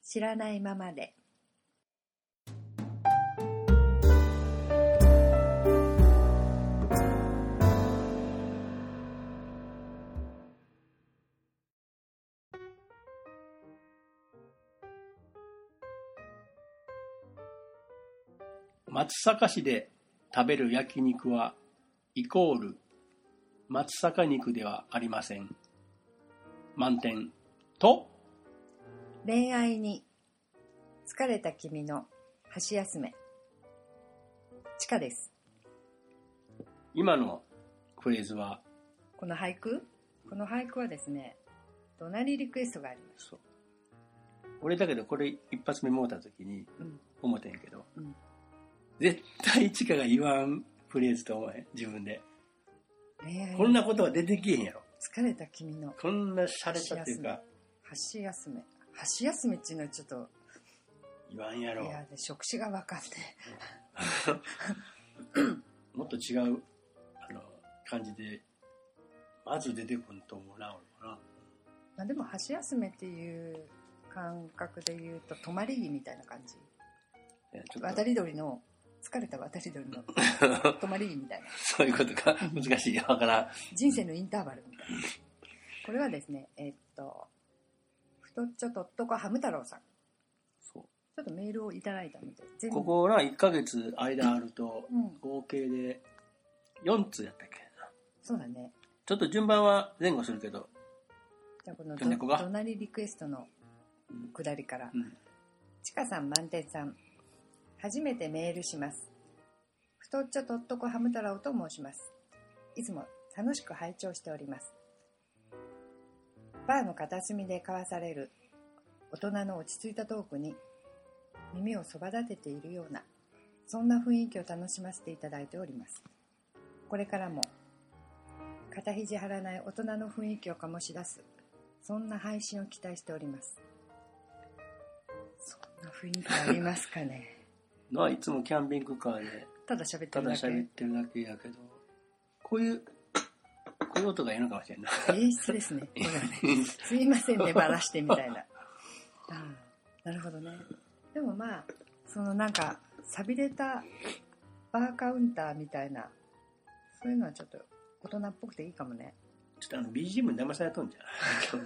知らないままで松阪市で食べる焼肉はイコール松阪肉ではありません満点と恋愛に疲れた君の箸休め地下です今のフレーズはこの俳句この俳句はですね怒鳴りリクエストがありますそう俺だけどこれ一発目もうた時にうん思ってんけど、うん絶対地下が言わんフレーズと思え自分で恋愛こんになことは出てきへんやろ疲れた君のこんな洒落たっていうか箸休め箸休めっていうのはちょっと言わんやろいやで職種が分かんねもっと違うあの感じでまず出てくると思うな俺もなえ まあでも箸休めっていう感覚で言うと泊まり木みたいな感じえちょっと渡り鳥の疲れた渡り鳥の泊まり木みたいな そういうことか難しいわからん人生のインターバルみたいなこれはですねえっと太っちょとっとこハム太郎さんそちょっとメールをいただいたので全う部ここな1ヶ月間あるとうん、合計で4通やったっけなそうだねちょっと順番は前後するけど、じゃあこのじゃあ猫がどなりリクエストの下りからうん、ちかさん満点さん初めてメールします太っちょとっとこハム太郎と申しますいつも楽しく拝聴しておりますバーの片隅で交わされる大人の落ち着いたトークに耳をそば立てているようなそんな雰囲気を楽しませていただいておりますこれからも肩肘張らない大人の雰囲気を醸し出すそんな配信を期待しておりますそんな雰囲気ありますかねのはいつもキャンピングカーでただ喋ってたるだだけ喋ってるだけやけどこういうこういう音がいいのかもし れんない演出ですねこれはねすいませんねばらしてみたいなああなるほどねでもまあそのなんか寂れたバーカウンターみたいなそういうのはちょっと大人っぽくていいかもねちょっとあの BGM に騙されとんじゃん。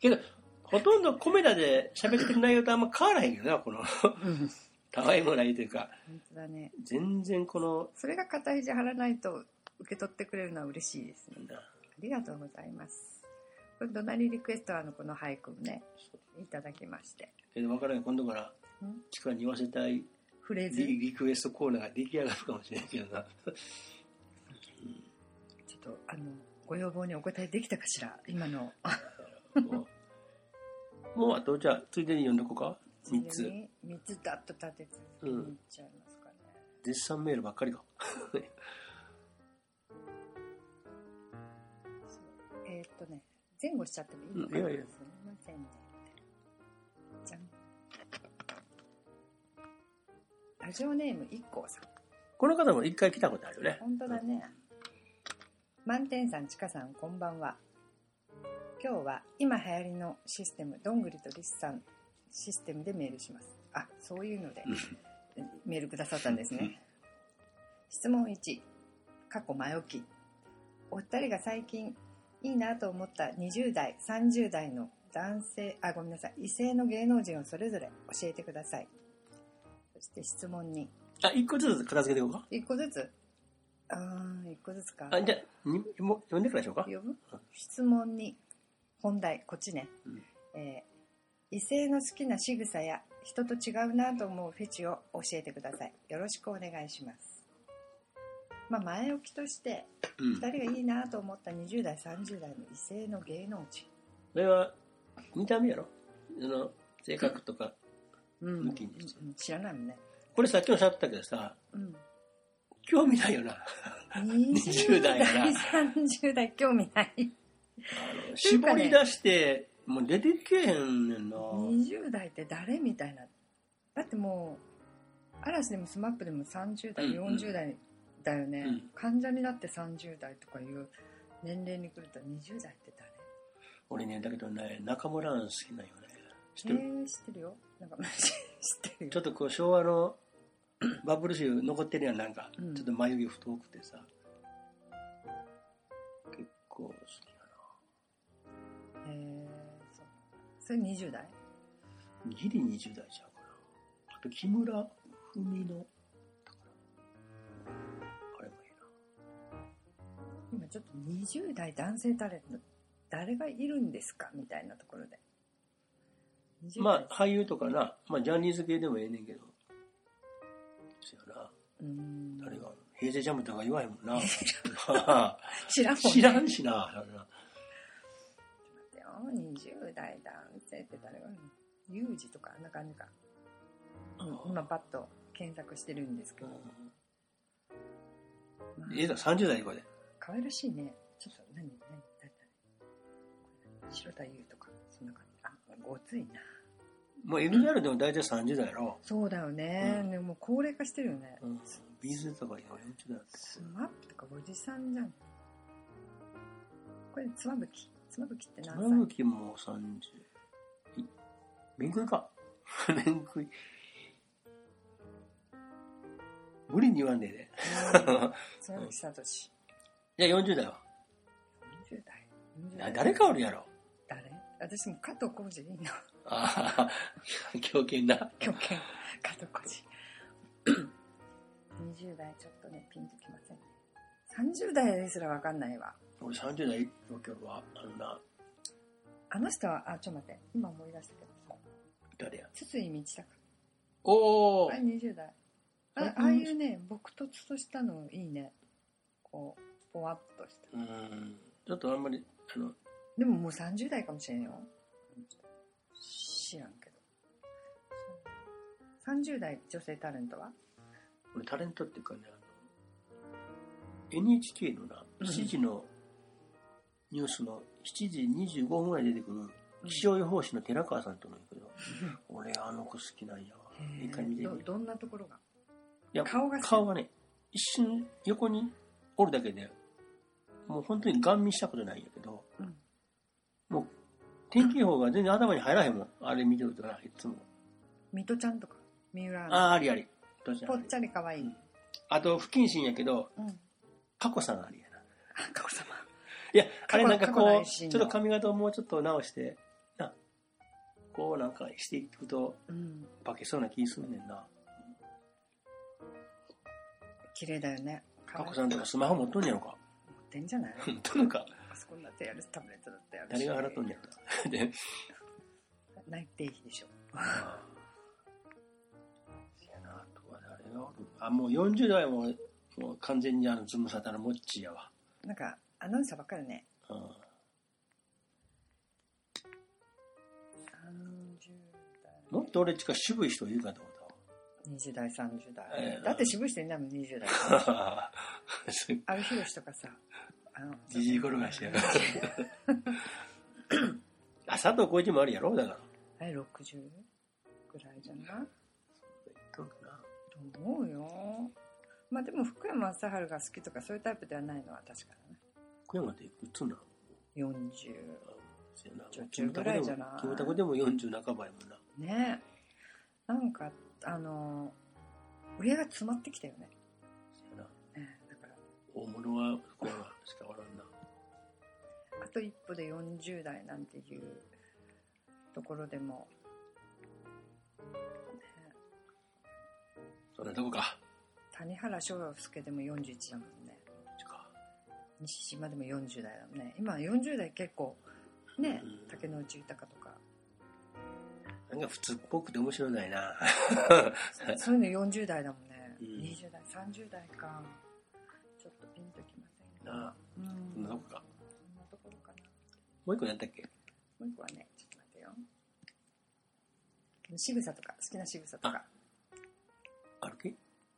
けど、ほとんどコメダで喋ってる内容とあんま変わらへんよな、この、うんたわいもないというか、本当だね全然この、それが肩肘張らないと受け取ってくれるのは嬉しいですねなんだありがとうございますこれどなりリクエストはあのこの俳句もねいただきましてけど分からない、今度からうん、チカに言わせたいフレーズリリクエストコーナーが出来上がるかもしれないけどな。ちょっとあのご要望にお答えできたかしら今のもう、もうあと、じゃあ、ついでに読んどこうか。3つ。 3つだっと立て続けにいっちゃいますかね、絶賛メールばっかりか。そうえーっとね前後しちゃってもいいのかなうんいやいやすみませんねじゃんラジオネーム IKKO さんこの方も一回来たことあるよね。本当だね満点さんちかさんこんばんは今日は今流行りのシステムどんぐりとりすさんシステムでメールしますあそういうのでメールくださったんですうね 質問1過去前置きお二人が最近いいなと思った20代30代の男性あごめんなさい異性の芸能人をそれぞれ教えてくださいそして質問2あ、一個ずつ片付けていこうか。一個ずつああ一個ずつかあ、じゃあ、にもう読んでからでしょうか。呼ぶ質問に本題こっちね、うんえー異性の好きな仕草や人と違うなと思うフェチを教えてくださいよろしくお願いしますまあ前置きとしてうん2人がいいなと思った20代30代の異性の芸能人それは見た目やろあの性格とかうん向きにしてうん知らないもんねこれさっきもしゃったけどさ うん興味ないよな20 20代代やな30代興味ないいうか絞ねり出してもう出てけへんねんな20代って誰みたいなだってもう嵐でも SMAP でも30代、うんうん40代だよね、うん患者になって30代とかいう年齢に来ると20代って誰俺ねだけどね中村アン好きなんよね知ってるえー知ってるよ。なんか、 知ってるちょよ。っとこう昭和の バブル集残ってるやんなんか、うんちょっと眉毛太くてさ結構好きえー、そう。それ20代だなギリ20代ちゃうかなあと木村文乃だからあれもいい今ちょっと20代男性タレント、誰がいるんですかみたいなところで。20代なまあ俳優とかな、まあ、ジャニーズ系でもええねんけどそやなうーん誰が平成ジャムとか言わへんも んな知らんもん、ね、 知らんしなそやなだよ20代男性って誰がユージとかあんな感じか、うん、今パッと検索してるんですけど、まええだ30代これあ、可愛らしいねちょっと何何誰誰白田優とかそんな感じあごついなもう EXILE でも大体30代やろ、そうだよね、うでももう高齢化してるよね、うん、ビーズとか今40代だってスマップとかおじさんじゃんこれ妻夫木妻夫木って何歳妻夫木も30い面食いか 面食い無理に言わんねえでうん妻夫木聡いや40代は40代40な代誰かおるやろ誰私も加藤浩次でいいのああ狂犬な狂犬加藤浩次20代ちょっとねピンときませんね30代ですらわかんないわ俺30代の今日はあのなあの人はあちょっと待って今思い出したけどさ誰や筒井道隆おおあれ20代ああああいうね朴突としたのいいねこうぽわっとしたうんちょっとあんまりあのでももう30代かもしれんよ知らんけどそう30代女性タレントは俺タレントっていうかねあの NHK のなうん7時のニュースの7時25分ぐらいに出てくうんる気象予報士の寺川さんとのやけど、俺あの子好きなんやわへー一回見てみどるどんなところがいや顔が好き顔がね一瞬横におるだけでもう本当にガン見したことないんやけどうんもう天気予報が全然頭に入らへんもんあれ見てるとないつも水戸ちゃんとか三浦アナああありありどうしたぽっちゃり可愛い。うんあと不謹慎やけどうん。あ、佳子さんありやな佳子様。いや、あれなん過か去のこう、配ち信ょっのと髪型をもうちょっと直して、な、こうなんかしていくと、うん。化けそうな気すんねんな。綺麗だよね。かこさんとかスマホ持っとんねやろか。持ってんじゃない持っとんのか。パソコンだってやる、タブレットだってやる誰し。が払っとんねやろ か。で、内定費でしょ。ああとは誰がおるあ、もう40代も、もう完全にあの、ズムサタのモッチーやわ。なんか、アナウンサーばっかりね。うん。 30もっと俺っちか渋い人いるかと思代、20代、30え代。えだって渋い人いないもん、20代。 ったわ。そうあるひろしとかさ、あの、じじい転がし やな。あ、佐藤浩市もあるやろだから。あれ、60ぐらいじゃないどうかな。と思うよ。まあでも、福山雅治が好きとかそういうタイプではないのは確かだね。福山っていくつなの40。せやなちょ中ぐらいじゃないキムタクでもキムタクでも40半ばやもんなねなんかあの売り上が詰まってきたよね、せやなええだから大物は福山しかおらんなあと一歩で40代なんていうところでも、ねそんなとこか谷原章介でも41だもんねこっちか西島でも40代だもんね今40代結構ねうん竹野内豊とかなんか普通っぽくて面白 いないなそそういうの40代だもんね、 うん20代30代かちょっとピンときませんなあがうんそんなとこかそんなところかなもう一個やったっけもう一個はね、ちょっと待ってよ。仕草とか、好きな仕草とか。歩き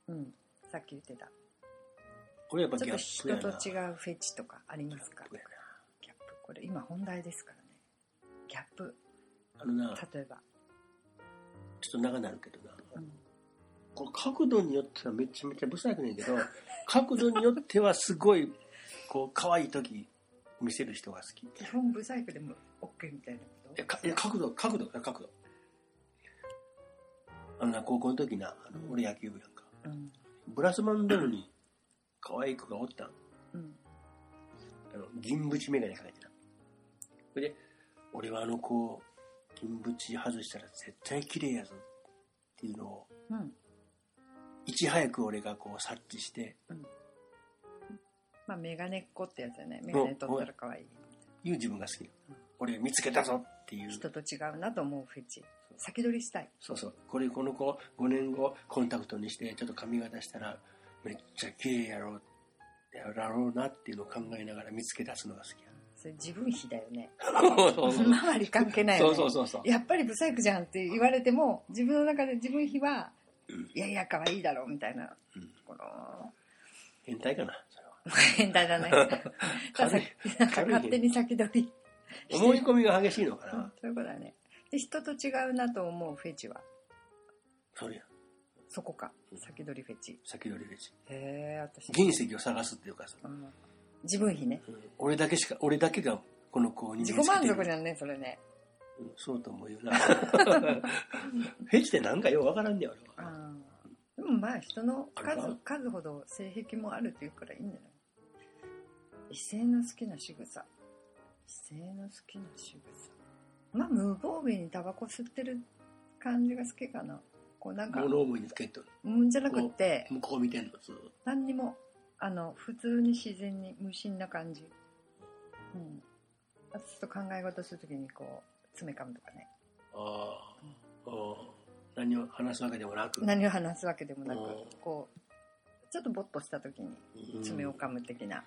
うん。さっき言ってた。俺やっぱちょっギャとップ人やとな違うフェチとかありますかギャップやギャップ。これ今本題ですからね。ギャップ。なあのなちょ例えば。っと長なるけどなうん。これ角度によってはめちゃめちゃ不細工ねんけど角度によってはすごいこう可愛い時見せる人が好きい基本ブサイクでも OK みたいなことやかいや角度角度角度あのな高校の時な、あの俺野球部やんか。うんブラスバンドに可愛い子がおったん。うんあの、銀縁メガネかけてな。それで、俺はあの子、銀縁外したら絶対綺麗やぞっていうのを、うんいち早く俺がこう察知して、まあメガネっ子ってやつだねメガネ取ったら可愛いいう自分が好きな。俺見つけたぞっていう。人と違うなと思うフェチ先取りしたいそうそう。これ、この子、5年後、コンタクトにして、ちょっと髪型したら、めっちゃ綺麗やろう、やろうなっていうのを考えながら見つけ出すのが好きや。それ自分比だよねそうそうそ う。周り関係ないよそねうそうそうそう。やっぱりブサイクじゃんって言われても自分の中で自分比はいやいや可愛いだろうみたいな、うんこの変態かな、それは。変態だねただ 軽いなんか勝手に先取り思い込みが激しいのかうんな。そういうことだねで人と違うなと思うフェチはそれや。そこか先取りフェチ先取りレジ。へえ私原石を探すっていうかさ、うん自分比ねうん俺だけしか、俺だけがこの子に自見己つけ満てる足じゃんねそれねうんそうと思うよ な。フェチってなんかようわからんねや、俺は。あーでもまあ人のあれ数は数ほど性癖もあるっていうからいいんじゃない異性の好きな仕草異性の好きな仕草まあ無防備にタバコ吸ってる感じが好きかなこうなんか物思いにつけとる。うんじゃなくって向こう見てんの、ずーっと何にもあの普通に自然に無心な感じうんあとちょっと考え事するときにこう爪噛むとかねああ、ああ何を話すわけでもなく、何を話すわけでもなくうんこうちょっとぼっとしたときにうん爪を噛む的な、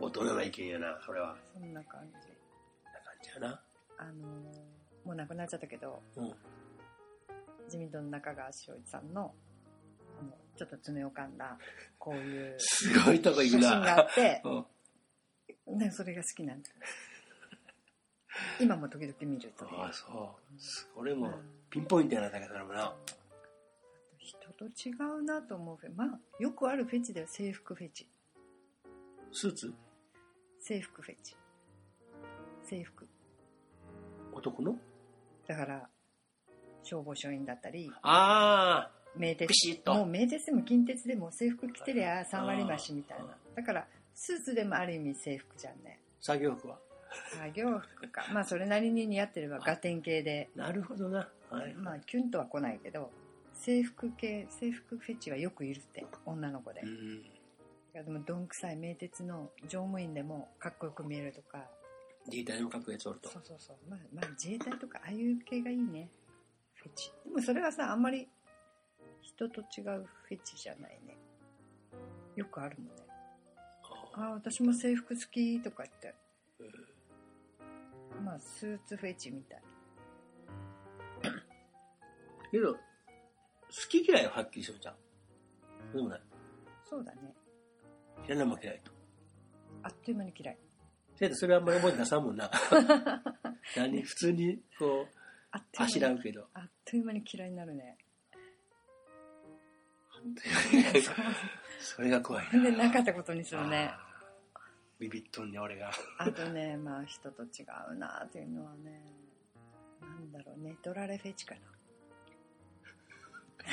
大人な意見やな、それは。そんな感じな感じやな。あのーもう亡くなっちゃったけどうん。自民党の中川翔一さんのあのちょっと爪を噛んだこういうすごいとこ写行く真があな。って うん、ねそれが好きなんだ今も時々見るとねああ、そう。俺もうんピンポイントやな、だけどなもな。人と違うなと思うフェまあよくあるフェチだよ制服フェチスーツ制服フェチ制服男のだから消防署員だったりああ、名鉄ピシッともう名鉄でも近鉄でも制服着てりゃ3割増しみたいうんなだからスーツでもある意味制服じゃんね作業服は。作業服かまあそれなりに似合ってればガテン系でなるほどな。はい。まあキュンとは来ないけど制服系制服フェチはよくいるって女の子でうん。でもどんくさい名鉄の乗務員でもかっこよく見えるとか自衛隊の書くやつおるとそ。うそうそうまあまあ自衛隊とかああいう系がいいねフェチでもそれはさあんまり人と違うフェチじゃないねよくあるもんねああああ私も制服好きとか言ってうんまあスーツフェチみたいけど、好き嫌いははっきりするじゃん。そうでもない。そうだね嫌なもん嫌いと。あっという間に嫌いせやとそれはあんまり覚えてなさんも んな。何普通に、こう、あっとあしいう間らにうけど。あっという間に嫌いになるねそうそれが怖いそれでな。なかったことにするねあー。ビビっとんね、俺が。あとねまあ人と違うなっていうのはねなんだろうねドラレフェチかな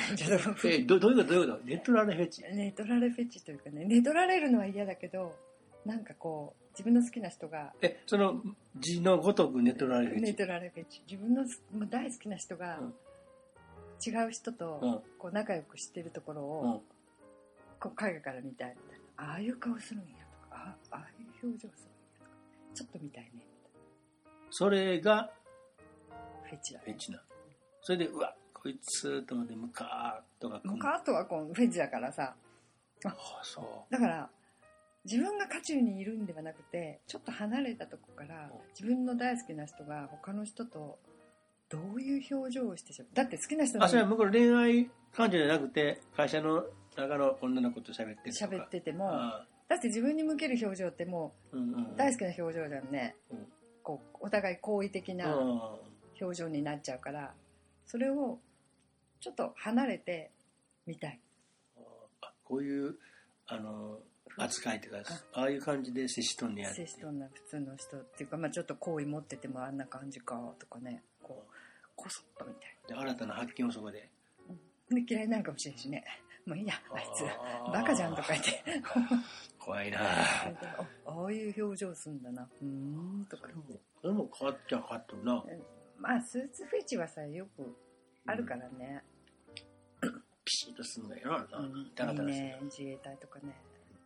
ちょっとえ、どどういうことどういうことネットラレフェチ。ね取られフェチというかねね取られるのは嫌だけどなんかこう自分の好きな人がえ、その字のごとくネットラレフェねチ。取られフェチ自分のすもう大好きな人がうん違う人うん。うとこう仲良くしてるところをん。こう海外から見たいみたいなああいう顔するんやとかあああいう表情するんやとかちょっと見たいねみそれがたいなフェチだフェチな。それで、うわ、こいつと思って、ムカーとか。向かうとはこうフェチだからさああ、そだから自分が渦中にいるんではなくてちょっと離れたとこからうん自分の大好きな人が他の人とどういう表情をしてしまうだって好きな人う。なあ、それはの向こうの恋愛感情じゃなくて、会社の中の女の子と喋ってにるとか。喋っててもあだって自分に向ける表情ってもあ。うんうんう。うん大好きな表情じゃんね、うんこうお互い好意的うんな表情になっちゃうからそれをちょっと離れてみたいあこういう、あの、扱いというか、ああいう感じで接しとんねやってい接う。しとんな普通の人っていうか、まあ、ちょっと好意持っててもあんな感じかとかねこうこそっとみたいな。で新たな発見をそこで。で嫌いになるかもしれんしねもういいやあいつあーバカじゃんとか言って 怖いなあああいう表情すんだなうーんとかでもでも変わっちゃ変わっとるなまあスーツフェチはさよくあるからね、ピシッとすんだよなうんダラダラいいすね自衛隊とかね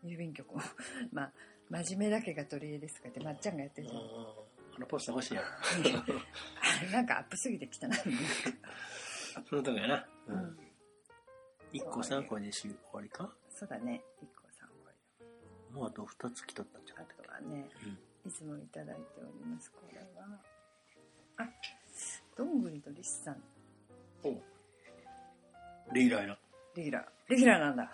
郵便局も まあ真面目だけが取り柄ですとかってまっちゃんがやってるるうじゃんんあのポスター欲し いやあれ なんかアップすぎてきたな、そのとこやな、ううんん、 1個3個で終わりかそうだね一個さんこれもうあと2つ来とったんじゃなあいかとはねうんいつもいただいておりますこれはあどんぐりとりしさんおレギュラーやなレギュラーレギュラーなんだ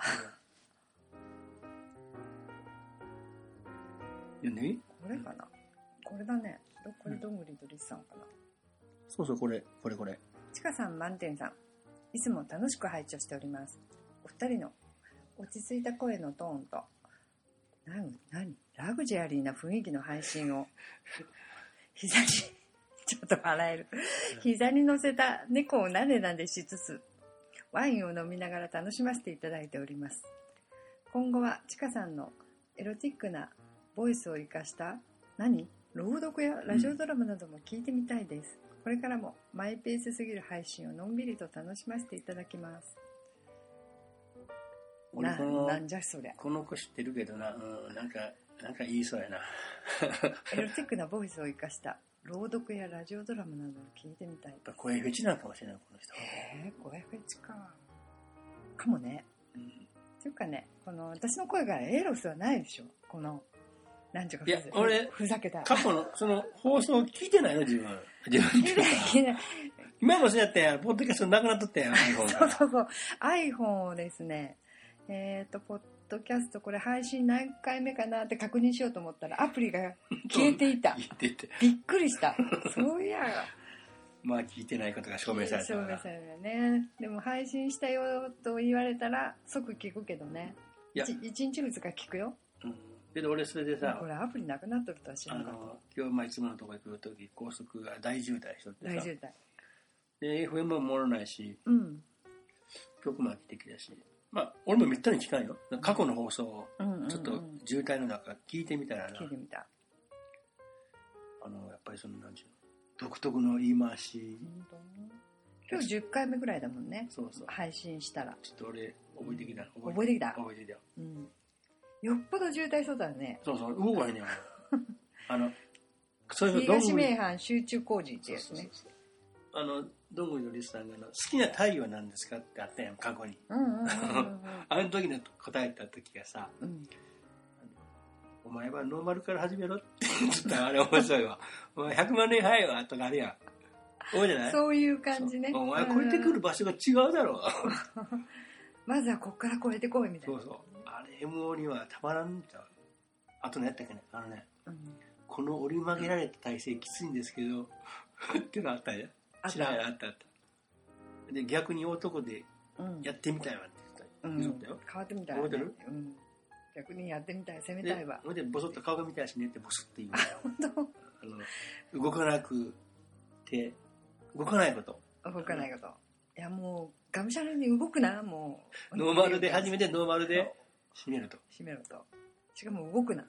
読んでみこれかな、これだねどこれどんぐりとりしさんかなそうそうこれこれこれちかさん満点さんいつも楽しく拝聴しておりますお二人の落ち着いた声のトーンと何何ラグジュアリーな雰囲気の配信を 膝に ちょっと笑える膝に乗せた猫をなでなでしつつワインを飲みながら楽しませていただいております今後はちかさんのエロティックなボイスを生かした何朗読やラジオドラマなども聞いてみたいです、これからもマイペースすぎる配信をのんびりと楽しませていただきます俺なこのなんじゃそりゃこの子知ってるけどな、うん、なんかなんか言いそうやなエロティックなボイスを生かした朗読やラジオドラマなどを聞いてみたいやっぱ声フェチなんかもしれないこの人、えー、声フェチかかもねうんというかねこの私の声がエロスはないでしょこのなんていうかいやふざ俺ふざけた過去 のその放送聞いてないの自分自分っていうかいや今もそうやったやんポッドキャストなくなっとったやん iPhone そうがそうそう iPhone をですねえっ、とポッドキャストこれ配信何回目かなって確認しようと思ったらアプリが消えていた言っててびっくりしたそういやまあ聞いてないことが証明されたそうかでらすよねでも配信したよと言われたら即聞くけどねいや1日2日聞くようんけど俺それでさこれアプリなくなっとるとは知あらなかったの今日まあいつものとこ行く時高速が大渋滞しとって大さ渋滞で FM ももろないしうん曲も飽きてきたしまあ俺もめったに聞かんよ過去の放送をうんうんうんちょっと渋滞の中聞いてみたらな、聞いてみたあのやっぱりそのなんちゅうの独特の言い回し今日10回目ぐらいだもんねそうそう配信したら、ちょっと俺覚えてきたうん覚えてきた覚えてきたようん、よっぽど渋滞そうだねそうそう動 かへんねん俺あのそれこそどん東ぐり名阪集中工事ってそうやそつうそうねそうあのどんぐりのリスさんがあの好きな太陽なんですか?」ってあったやん過去にうんうんうんあの時の答えた時がさうん うん「お前はノーマルから始めろ」って 言ってたあれ面白いわ「お前100万年早いわ」とかあるやん多いじゃないそういう感じねそうお前超えてくる場所が違うだろうまずはこっから超えてこいみたいそなうそうあれ MO にはたまらんじゃんあとねやったっけねあのねうんこの折り曲げられた体勢きついんですけど ってのあったんやあった知らないあったあったで逆に男でうんやってみたいわってう言んってた言ってたよ、変わってみたい覚えてるうん、逆にやってみたい攻めたいわでほいでボソッと顔が見たいしねってボソッて言うんだよ本当あの動かなくて動かないこと動かないこといやもうがむしゃらに動くなもうノーマルで始めてノーマルで締めると閉めろとしかも動くなも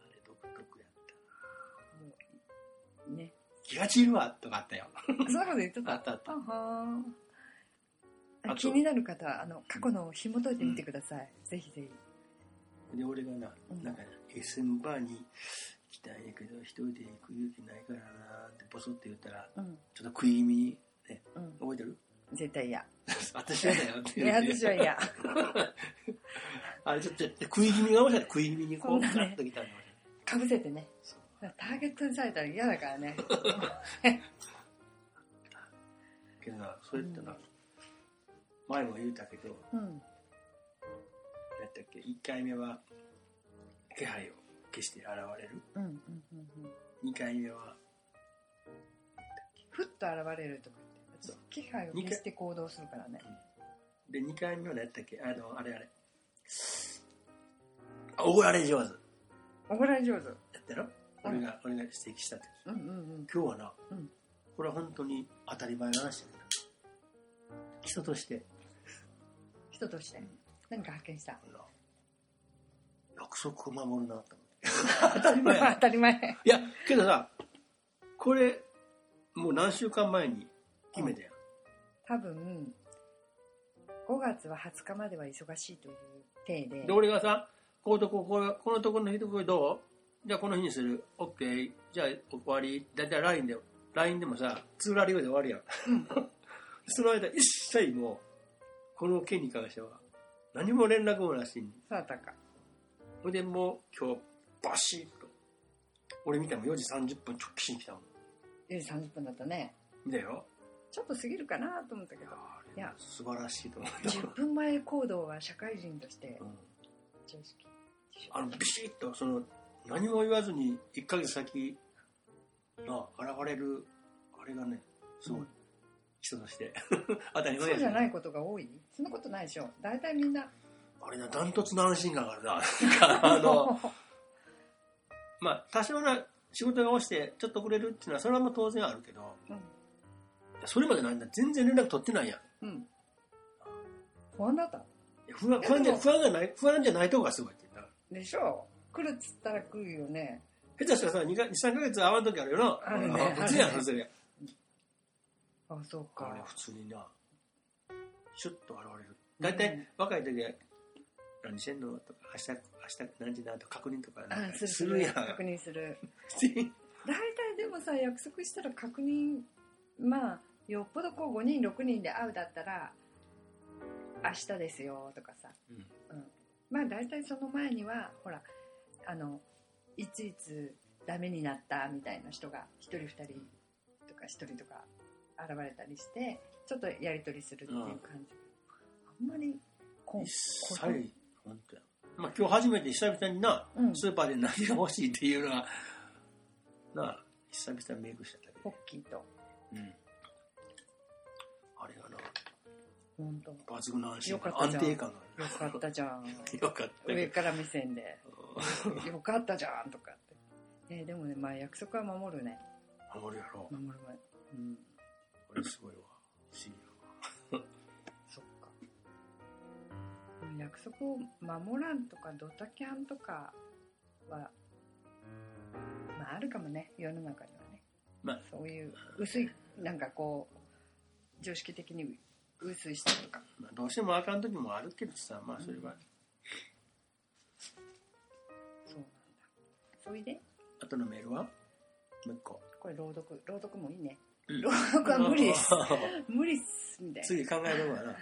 あれ独特やったうね気が散るわとかあった よそんなこと言ってたあったあったあはーあと気になる方はあの過去のを紐解いてみてください、ぜひぜひで俺がなうんなんか SM バーに行きたいんやけど一人で行く勇気ないからなってボソって言ったらうんちょっと食い気味に、ね、うん覚えてる絶対嫌 私はだよってい言やって私は 嫌あれちょっと食い気味が面白い食い気味にこうそガうだねッときたんだかぶせてねそうターゲットにされたら嫌だからねけどなそれってな、前も言うたけど何うんやったっけ1回目は気配を消して現れるうんうんうんうん2回目はふっと現れるとか言そっうて気配を消して行動するからねで2回目は何やったっけあのあれあれあ怒られ上手おごられ上手やったろうん俺が俺が指摘した時うんうん今日はな、うんこれは本当に当たり前の話だけど基礎として人として何か発見したほら約束を守るなと思って当たり前 当たり前いやけどさこれもう何週間前に決めたやん、多分5月は20日までは忙しいという体でで俺がさこことこここのところの人これどうじゃあこの日にする OK じゃあ終わりだいたい LINE で LINE でもさツーラリオで終わるやん その間一切もうこの件に関しては何も連絡もなしにそうだったかほいでもう今日バシッと俺見たもん4時30分直帰しに来たもん4時30分だったね見たよちょっと過ぎるかなと思ったけどいや素晴らしいと思うよ、 10分前行動は社会人としてうん常識あのビシッとその何も言わずに1ヶ月先が現れるあれがねすごい、うん人として 当たり前そうやじゃけどないことが多いそんなことないでしょ大体みんなあれなダントツの安心感があるな なんかあのまあ多少な仕事が落ちてちょっと遅れるっていうのはそれはもう当然あるけどうんそれまでなんだ全然連絡取ってないやん いうん不安だったや不安いや不安じでゃも不安がない不安じゃないとこがすごいって言ったでしょ来るっつったら来るよね下手したらさ2か23ヶ月会わん時あるよなあるね普通やんあるねそれあそうあれか普通になシュッと現れる大体、うん若い時は「何してんの?」とか「明日明日何時な?」とか確認とかあなんかするすするるやん確認する普通に大体でもさ約束したら確認まあよっぽどこう5人6人で会うだったら明日ですよとかさうんまあ大体その前にはほらあのいついつダメになったみたいな人が1人2人とか1人とか現れたりしてちょっとやり取りするっていう感じ、あんまりこ一こ切本当やまあ今日初めて久々にな、うんスーパーで何が欲しいっていうのがなあ久々メイクしちゃったけポッど、キーとうんあれがな本当抜群の安心感よかったじ安ゃん定感がよかったじゃ んよかった上けから目線 でどよかったじゃんとかって、えーでもねまあ約束は守るね守るやろ守る前うんこれすごいわ不思議やわそっか約束を守らんとかドタキャンとかはまああるかもね世の中にはね、まあそういう薄いなんかこう常識的に薄いしたとかまあ、どうしてもあかん時もあるけどさまあそれはそうなんだそれで後のメールはもう一個これ朗読朗読もいいねうん朗読は無理です無理っすみたいな次考えるわな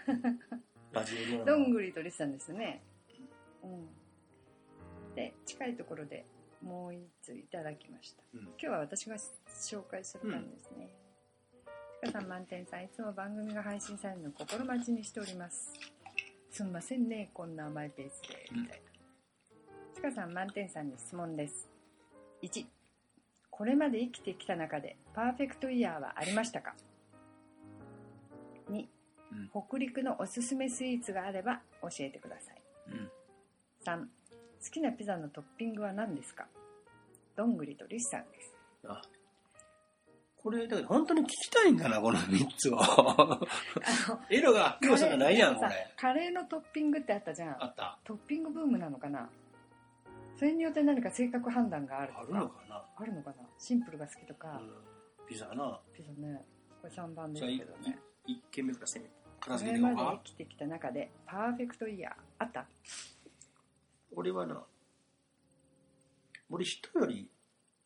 ラジオドどラんマぐりとりさんですね。うん。で、近いところでもう一ついただきました。うん今日は私が紹介する番ですね。ちかさん満点さん、いつも番組が配信されるのを心待ちにしております。すんませんね、こんな甘いペースで。みたいな。ちかさん満点さんに質問です。1、これまで生きてきた中でパーフェクトイヤーはありましたか ?2、うん北陸のおすすめスイーツがあれば教えてくださいうん3好きなピザのトッピングは何ですかどんぐりとりしさん ですあこれだから本当に聞きたいんかなこの3つをあのエロが要素がないやんこれカレーのトッピングってあったじゃあんったトッピングブームなのかなそれによって何か性格判断があるとあかるのかな、あるのかなシンプルが好きとか、うん、ピザなピザねこれ3番ですけどじゃね1軒目からせめ片こ付けれていこまうでか生きてきた中でパーフェクトイヤーあった俺はな俺人より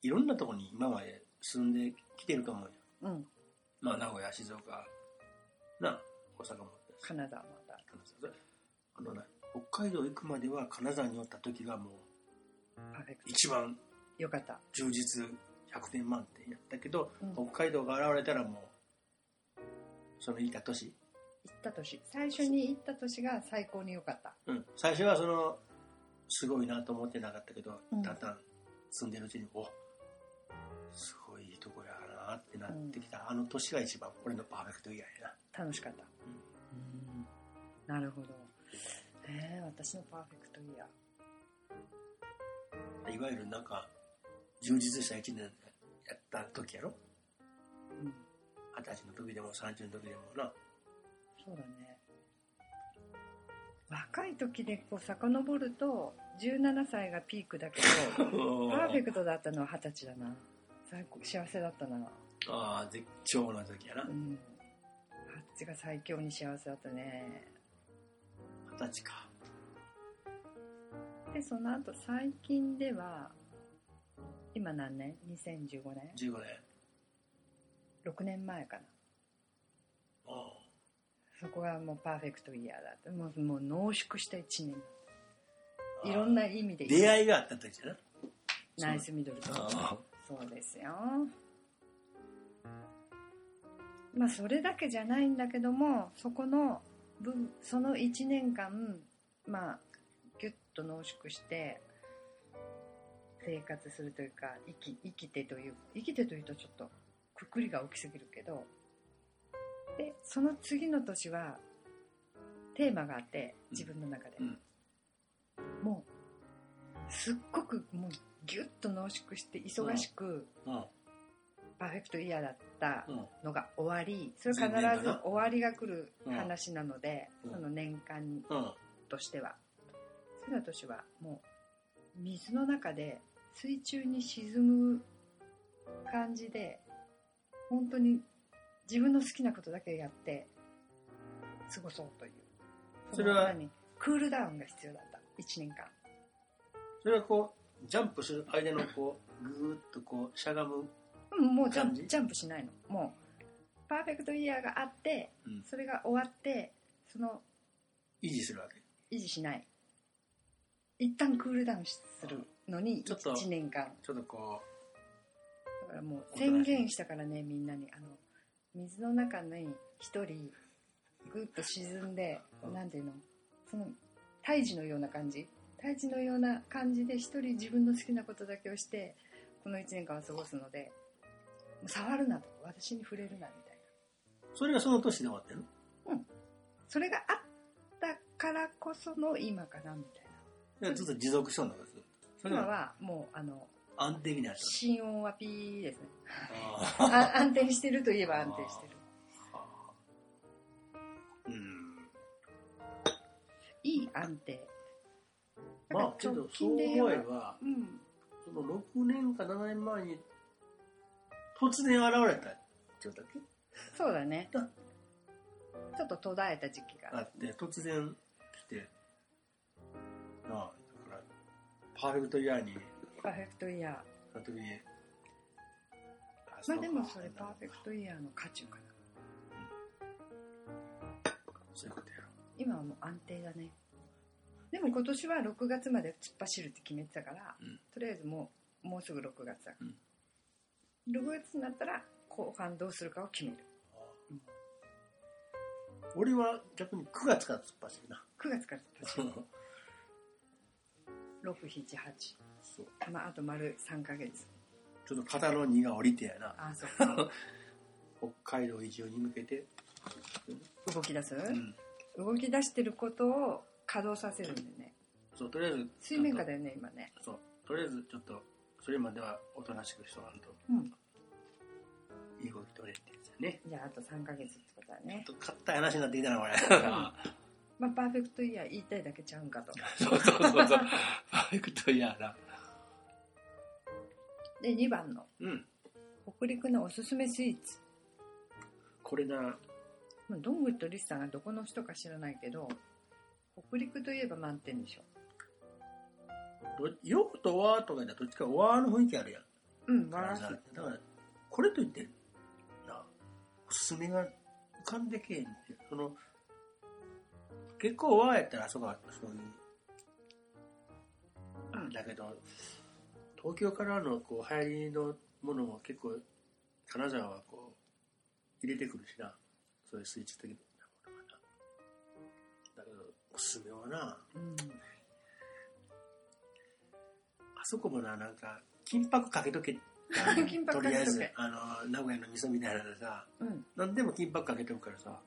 いろんなとこに今まで住んできてるかもようんまあ、名古屋、静岡、なあ、大阪もあったし金沢まだ金沢あのね、北海道行くまでは金沢におった時がもうパーフェクト一番よかった充実100点満点やったけど、うん北海道が現れたらもう、そのいた年、行った年最初に行った年が最高に良かったうん、最初はその、すごいなと思ってなかったけど、うんだんだん住んでるうちに、おすごいいいとこやなってなってきた、あの年が一番俺のパーフェクト以外やな。楽しかった、なるほどえー、私のパーフェクトイヤーいわゆるなんか充実した一年やった時やろうん二十歳の時でも30の時でもなそうだね若い時でこう遡ると17歳がピークだけ どパーフェクトだったのは二十歳だな最高幸せだったなああ、絶頂の時やなう。ん二十歳が最強に幸せだったね二十歳か。でその後最近では今何年 ?2015 年15年。 6年前かなああそこがもうパーフェクトイヤーだってもうもう濃縮した1年いろんな意味で出会いがあった時やな。ナイスミドルとかあそうですよまあそれだけじゃないんだけどもそこの分その1年間まあギュッと濃縮して生活するというか生き生きてという生きてというとちょっとくくりが大きすぎるけどでその次の年はテーマがあって自分の中で、うんもうすっごくもうギュッと濃縮して忙しく、あ。パーフェクトイヤーだったうん。うん。のが終わりそれ必ず前年かな終わりが来る話なので、うんその年間うん。としては次の年はもう水の中で水中に沈む感じで本当に自分の好きなことだけやって過ごそうというそれはのにクールダウンが必要だった1年間それはこう、ジャンプする間のこう、ぐーっとこう、しゃがむ。うんもうジャン感プじジャンプしないのもうパーフェクトイヤーがあってうんそれが終わってその維持するわけ。維持しない一旦クールダウンするのにちょっと1年間ちょっとこだからもう宣言したからねみんなにあの水の中に1人グッと沈んでうんなんていうのその胎児のような感じ胎児のような感じで1人自分の好きなことだけをしてこの1年間を過ごすのでもう触るなと私に触れるなみたいなう、それがその年で終わってるのそれがあったからこその今かなみたいそれはずっと持続しとんのか、ずっとそれな今がはもうあの安定になっ心音はピーですねたあああ。安定してるといえば安定してる うん。いい安定だかまらあ、けど、直そう近で言思ええばば、うんその6年か7年前に、突然現れたってことだっけそうだねだちょっと途絶えた時期あがって、突然来て、なあ、だから、パーフェクトイヤーにパーフェクトイヤーなった時に、まあでもそれパーフェクトイヤーの渦中かなそういうことやろ。今はもう安定だねでも今年は6月まで突っ走るって決めてたから、うんとりあえずもうもうすぐ6月だから、うん6月になったら後半どうするかを決める俺は逆に9月から突っ走る な。 9月から突っ走るそう678、まあ、あと丸3ヶ月ちょっと肩の荷が下りてやな。ああそっか北海道移住に向けて。動き出す、うん。動き出してることを稼働させるんだよねそう、とりあえず。水面下だよね今ねそう。とりあえずちょっと、それまではおとなしくしとかんと、うんいい動き取れってやつやね。じゃああと3ヶ月ってことだねち、ょっと買った話になってきたな、これ。まあ、パーフェクトイヤー言いたいだけちゃうんかと そうそうそうそう。パーフェクトイヤーな。で2番のうん。北陸のおすすめスイーツこれな、まあどんぐりとリスさんがどこの人か知らないけど北陸といえば満点でしょどよくとわーとかでどっちかわーの雰囲気あるやん。うんだから笑さわせだからこれといってなおすすめが浮かんでけえんってその結構わーやったらあそこはそういううんだけど東京からのこう流行りのものも結構金沢はこう入れてくるしなそういうスイーツ的なものがなだけどおすすめはなうんあそこもな、なんか、金箔かけとけ。あの 金箔かけとけりあえず、あの、名古屋の味噌みたいなのでさ、うん何でも金箔かけとくからさ。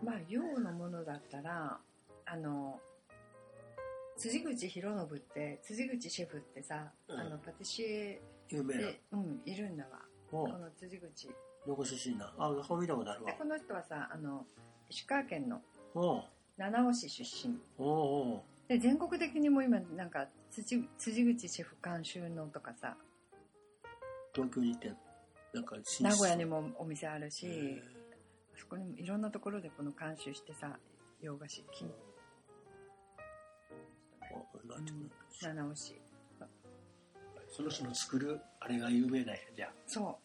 まあ洋のものだったらあの辻口博信って辻口シェフってさ、うんあのパティシエ有名な。で、うん、いるんだわおこうの辻口どこ出身な。あ、顔見たことあるわで。この人はさあの石川県のおう七尾市出身おうおうで全国的にも今なんか辻辻口シェフ監修のとかさ東京に行ってなんか進出名古屋にもお店あるへしえそこにもいろんなところでこの監修してさ洋菓子金あなんていうの七尾市その人の作るあれが有名なんやじゃそう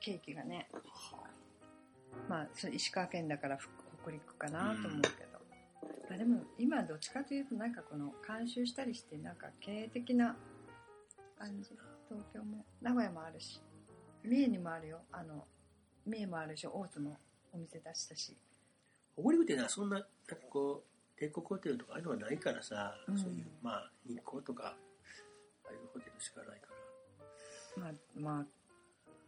ケーキがねあまあそれ石川県だからふ北陸かなと思うけど、まあ、でも今どっちかというとなんかこの監修したりしてなんか経営的な感じ東京も名古屋もあるし三重にもあるよあの三重もあるし大津もお店出したし北陸ってなそんななんかこう帝国ホテルとかああいうのはないからさ、うんそういうまあ日光とかああいうホテルしかないからまあまあ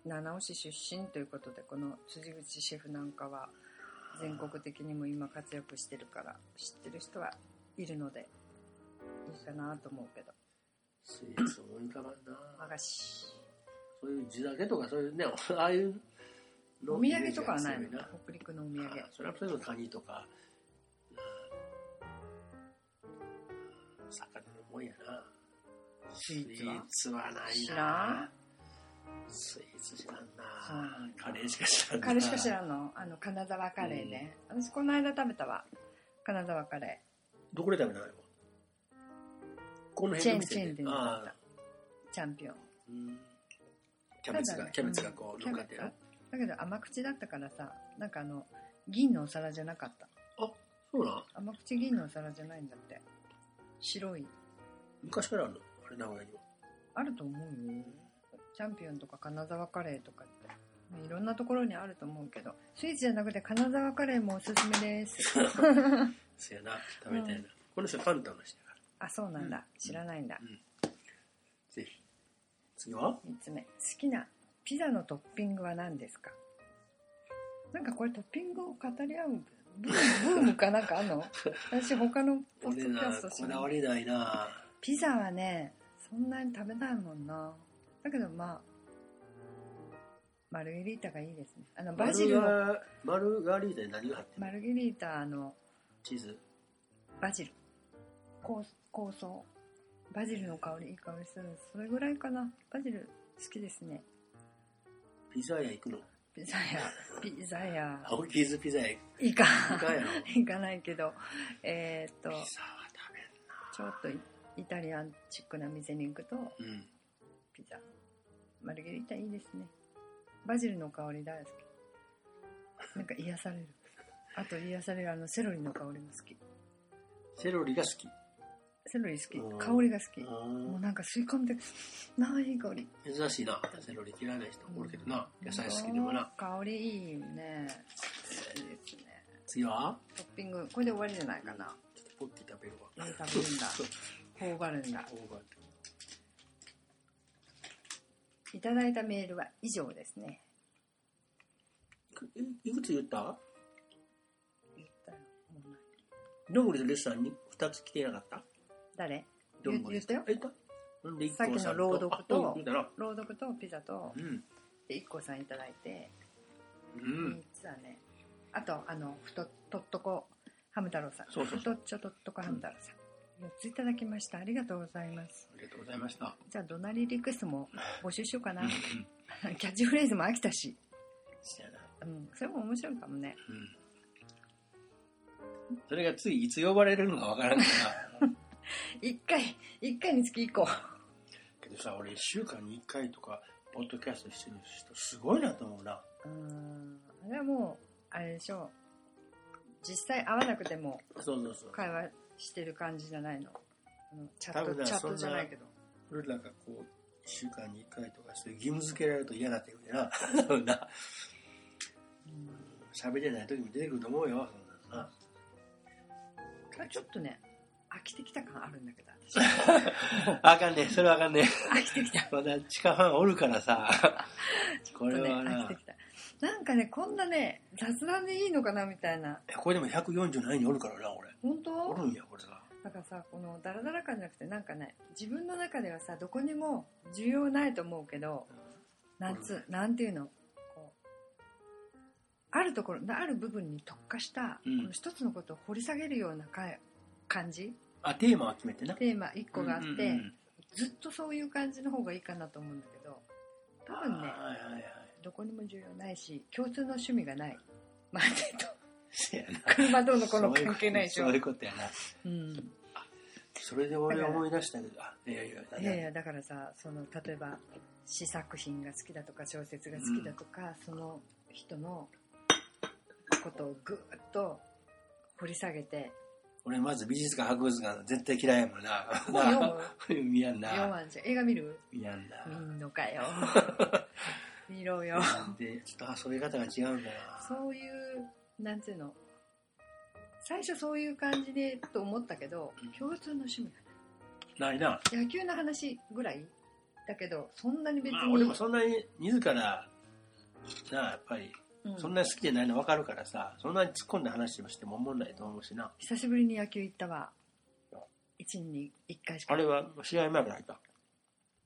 七尾市出身ということでこの辻口シェフなんかは全国的にも今活躍してるから知ってる人はいるのでいいかなと思うけどスイーツ思い浮かばん和な菓子そういう地酒とかそういうね ああいうのお土産とかはないのイメージが強北陸のお土い産なああそれはそれこそカニとかうん魚のもんやなスイーツはスイーツはない知らんなスイーツ知らんそうななんだカレーしか知らんなカレーしか知らんのあの金沢カレーね、私この間食べたわ金沢カレどこで食べたのこのーチェ辺ーンチのェーン店で食店でべああたチャンピオンうんキャベツただが、ねキャベツがこんう乗っかっキてるャベツだけど甘口だったからさなんかあの銀のお皿じゃなかったそうなん甘口銀のお皿じゃないんだって白い昔からあるのあれ名古屋にはあると思うよチャンピオンとか金沢カレーとかってまあいろんなところにあると思うけどスイーツじゃなくて金沢カレーもおすすめですせやな食べたいな、この人関東の人やからあそうなんだ、うん知らないんだぜひ次は3つ目好きなピザのトッピングは何ですかなんかこれトッピングを語り合うブームブームかなんかあん の私他のポッドキ俺なャストしこなだわいりないなピザはねそんなに食べないもんなだけどまあマルゲリータがいいですねあのバジルのマルガリータに何が入ってるマルゲリータのチーズバジル香香草バジルの香りいい香りするそれぐらいかなバジル好きですねピザ屋行くのピザ屋ピザ屋青キーズピザ屋行いかくかやろピ行かないけどえーっとザは食ちょっとイイタリアンチックな店に行くとべんなうんピザマルゲリータいいですねバジルの香り大好きなんか癒されるあと癒されるあのセロリの香りも好きセロリが好きセロリ好きうん香りが好きうもんうなんか吸い込んでないいい香り珍しいなセロリ嫌いな人おるけどなうん野菜好きでもな香りいいねいいですね次はトッピングこれで終わりじゃないかなちょっとポッキー食べるわ何食べるんだ 頬張るんだ大葉いただいたメールは以上ですねいくいいくつ言った言ったよもうないどんぐりのレストランに2つ来てなかった誰どんぐ言言りったよ言ったなんで一個はさっきの朗読とあ言うたな朗読とピザとうんで IKKO さんいただいてうん3つはねあとあのふととっとこハム太郎さんそうそうふとっちょとっとこハム太郎さん4ついただきましたありがとうございますありがとうございましたじゃあ怒鳴りリクエストも募集しようかな うんキャッチフレーズも飽きたし、そやなうん、それも面白いかもねうんそれがついいつ呼ばれるのかわから んから1回1回につき1個けどさ俺1週間に1回とかポッドキャストしてる人すごいなと思うなうんあれはもうあれでしょう実際会わなくてもそうそうそう会話してる感じじゃないのあのチャッ多分トなチャッそんトなじゃないけど俺らがこう1週間に1回とかそういう義務付けられると嫌だって言うねな多分な 喋れない時も出てくると思うよそんなのなまあちょっとね飽きてきた感あるんだけど 私あかんねそれはあかんね飽きてきたまだ地下ファンおるからさ こちょっとれねは飽なきてきたなんかねこんなね雑談でいいのかなみたいなえこれでも147人おるからな俺本お当るんやこれがなんかさこのダラダラ感じゃなくてなんかね自分の中ではさどこにも需要ないと思うけどうん夏なんていうのこうあるところある部分に特化した、うんこの一つのことを掘り下げるようなか感じあテーマは決めてなテーマ1個があって、うんうんうんずっとそういう感じの方がいいかなと思うんだけど多分ねはいはいはいどこにも重要ないし共通の趣味がないまあ手とせやな車どうのこうの関係ないでしょそういうことやなうん、それで俺思い出したけどあいやいやいやいやだからさその例えば詩作品が好きだとか小説が好きだとか、その人のことをぐーっと掘り下げて俺まず美術館博物館絶対嫌いやもんな本読む 見やんな読まんじゃん映画見る見やんな見んのか よ見ろよなんでちょっと遊び方が違うんだなそういうなんていうの最初そういう感じでと思ったけどうん共通の趣味がないな、野球の話ぐらいだけどそんなに別に、まあ、俺もそんなに自らなあやっぱりうんそんなに好きじゃないの分かるからさそんなに突っ込んだ話をしてもおもんないと思うしな久しぶりに野球行ったわ1に1回しかあれは試合前から入った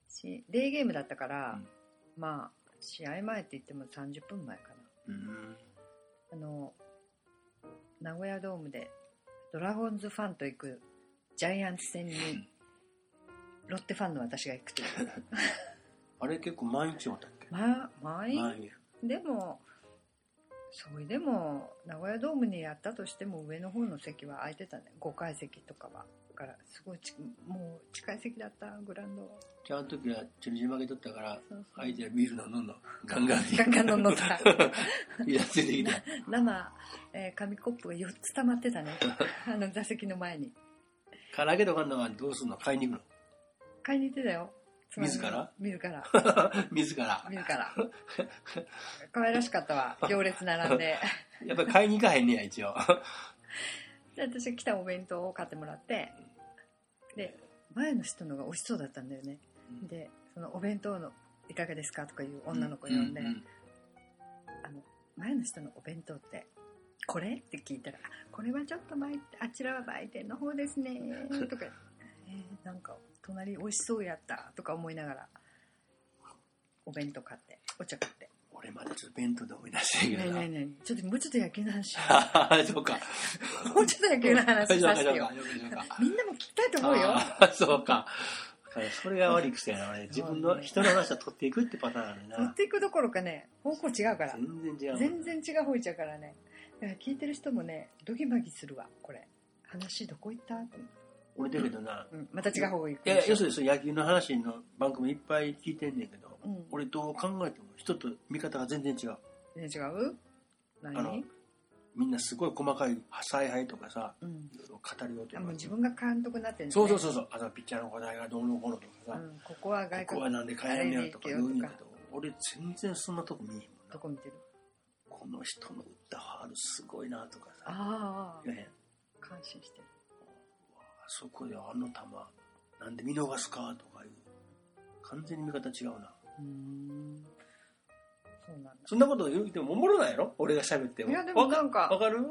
しデーゲームだったから、うんまあ試合前って言っても30分前かなうんあの名古屋ドームでドラゴンズファンと行くジャイアンツ戦にんロッテファンの私が行くという あれ結構毎日おったっけまあ満員日でもそれでも名古屋ドームにやったとしても上の方の席は空いてたね5階席とかはだからすごいちもう近い席だったグラウンドはじゃああの時はチェルジー負けとったからそうそう相手はビールの飲んのガンガンガンガン飲んの さいやついて きた生、えー紙コップが4つ溜まって たねあの座席の前に唐揚げとかのはどうすんの買いに行く買いに行ってたよ妻に自ら自ら の自ら自ら可愛らしかったわ行列並ん でやっぱり買いに行かへんね や一応で私が来たお弁当を買ってもらってで前の人のが美味しそうだったんだよねうんでそのお弁当のいかがですかとかいう女の子呼んで、ううん前の人のお弁当ってこれって聞いたらあ「これはちょっと前あちらは売店の方です ね」とか、えーなんか隣美味しそうやった」とか思いながらお弁当買ってお茶買って俺まだちょっと弁当で思い出して「るねけえどねなえねえちょっともうちょっと野球の話 そうかもうちょっと野球の話させてよそうかそうかそうかみんなも聞きたいと思うよあーそうかそれが悪い癖やな俺自分の人の話を取っていくってパターンある持っなていくどころかね方向違うから全然違うもん全然違う方いっちゃうからねだから聞いてる人もねドギマギするわこれ話どこ行ったと思って俺だけどなうん、また違う方がいいいや要するにそう野球の話の番組いっぱい聞いてんねんけどうん、俺どう考えても人と見方が全然違うね違う何あのみんなすごい細かい采配とかさうん、語りようとあかもう自分が監督になってるんだそうそうそうそうあとピッチャーの答えがどうのこうのとかうさ、ん、ここは外ここは国なんで変えらんねやろとか言うんあれでいやけいけど俺全然そんなとこ見えへんもんなどこ見てるこの人の打ったファールすごいなとかさああ言えへん感心してるあそこであの球なんで見逃すかとかいう完全に見方違うなうーんそうなんだそんなこと言うてもおもろないやろ俺が喋ってもいやでもなんわかかる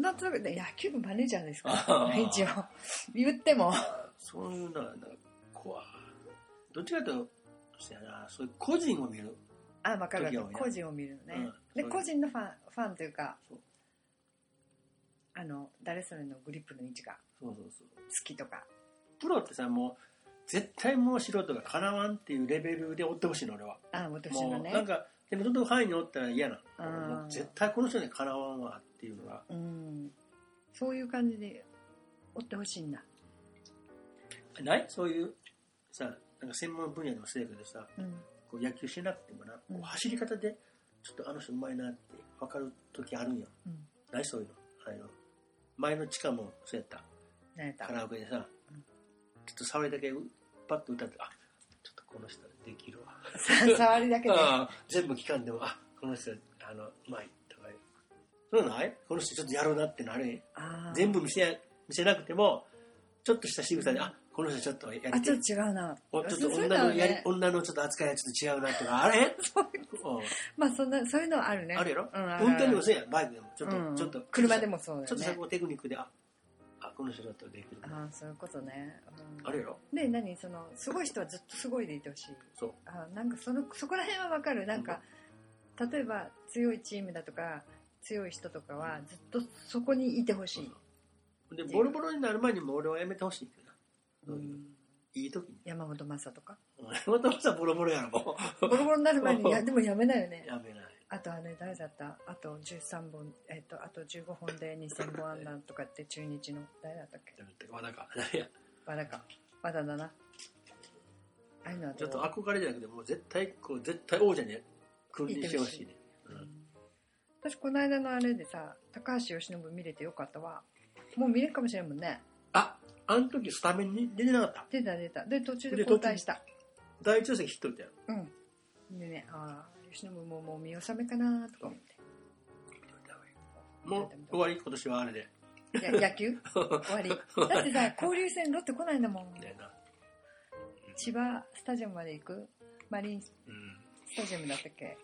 なんとなくね野球部マネージャーですかあらー一応言ってもそういうのはなんか怖いどっちかというとそやなそういう個人を見るあ分かるわ時は多いな個人を見るのね、うんで個人のファンファンというかそうあの誰それのグリップの位置がそうそうそう好きとかプロってさもう絶対もう素人がかなわんっていうレベルで追ってほしいの俺はあ私のもうねなんかでもどんどん範囲におったら嫌なあーもう絶対この人にはかなわんわっていうのがうんそういう感じで追ってほしいんだ、ないそういうさなんか専門分野でもそうやけどさうん、こう野球しなくてもな、こううん走り方でちょっとあの人うまいなって分かる時あるんようんないそういうのあの前の地下もそうやった何やったカラオケでさ、うんちょっと触りだけパッと歌ってあちょっとこの人できるわさ 触りだけでああ全部聞かんでもあこの人あのうまいとかそういうのないこの人ちょっとやろうなってなれあー全部見せ見せなくてもちょっとした仕草であこの人ちょっとやりあちてょっと違うなおちょっとそういう女のはのやりね女のちょっと扱いがちょっと違うなとかあれそういううんまあそんなそういうのはあるねあるやろうんあるある運転でもそうやんバイクでもちょっと、うんちょっと車でもそうだよねちょっとしたこうテクニックでああこの人ちょっとできるあなーそういうことね、うんあるやろで何そのすごい人はずっとすごいでいてほしいそうあなんかそのそこら辺はわかるなんか、例えば強いチームだとか強い人とかはずっとそこにいてほしい、でボロボロになる前にもう俺はやめてほしいけどなうんいい時に山本昌とかまたまたボロボロやろもボロボロになる前にいやでもやめないようね やめないあとあれ誰だったあと13本えっ、とあと15本で2000本安打とかって中日の誰だったっけだってまだかいや和田か和田だなああいうのはちどうょっと憧れじゃなくてもう絶対こう絶対王者に君臨してほしいねうん私この間のあれでさ高橋由伸見れてよかったわもう見れるかもしれんもんねああの時スタメンに出てなかった出た出たで途中でで交代した第一打席ヒット打ったやろうんでねああ由伸ももう見納めかなとか思ってもう終わり今年はあれでい や野球終 わりだってさ交流戦ロッテ来ないんだもんみたいな千葉スタジアムまで行くマリンスうんスタジアムだったっけ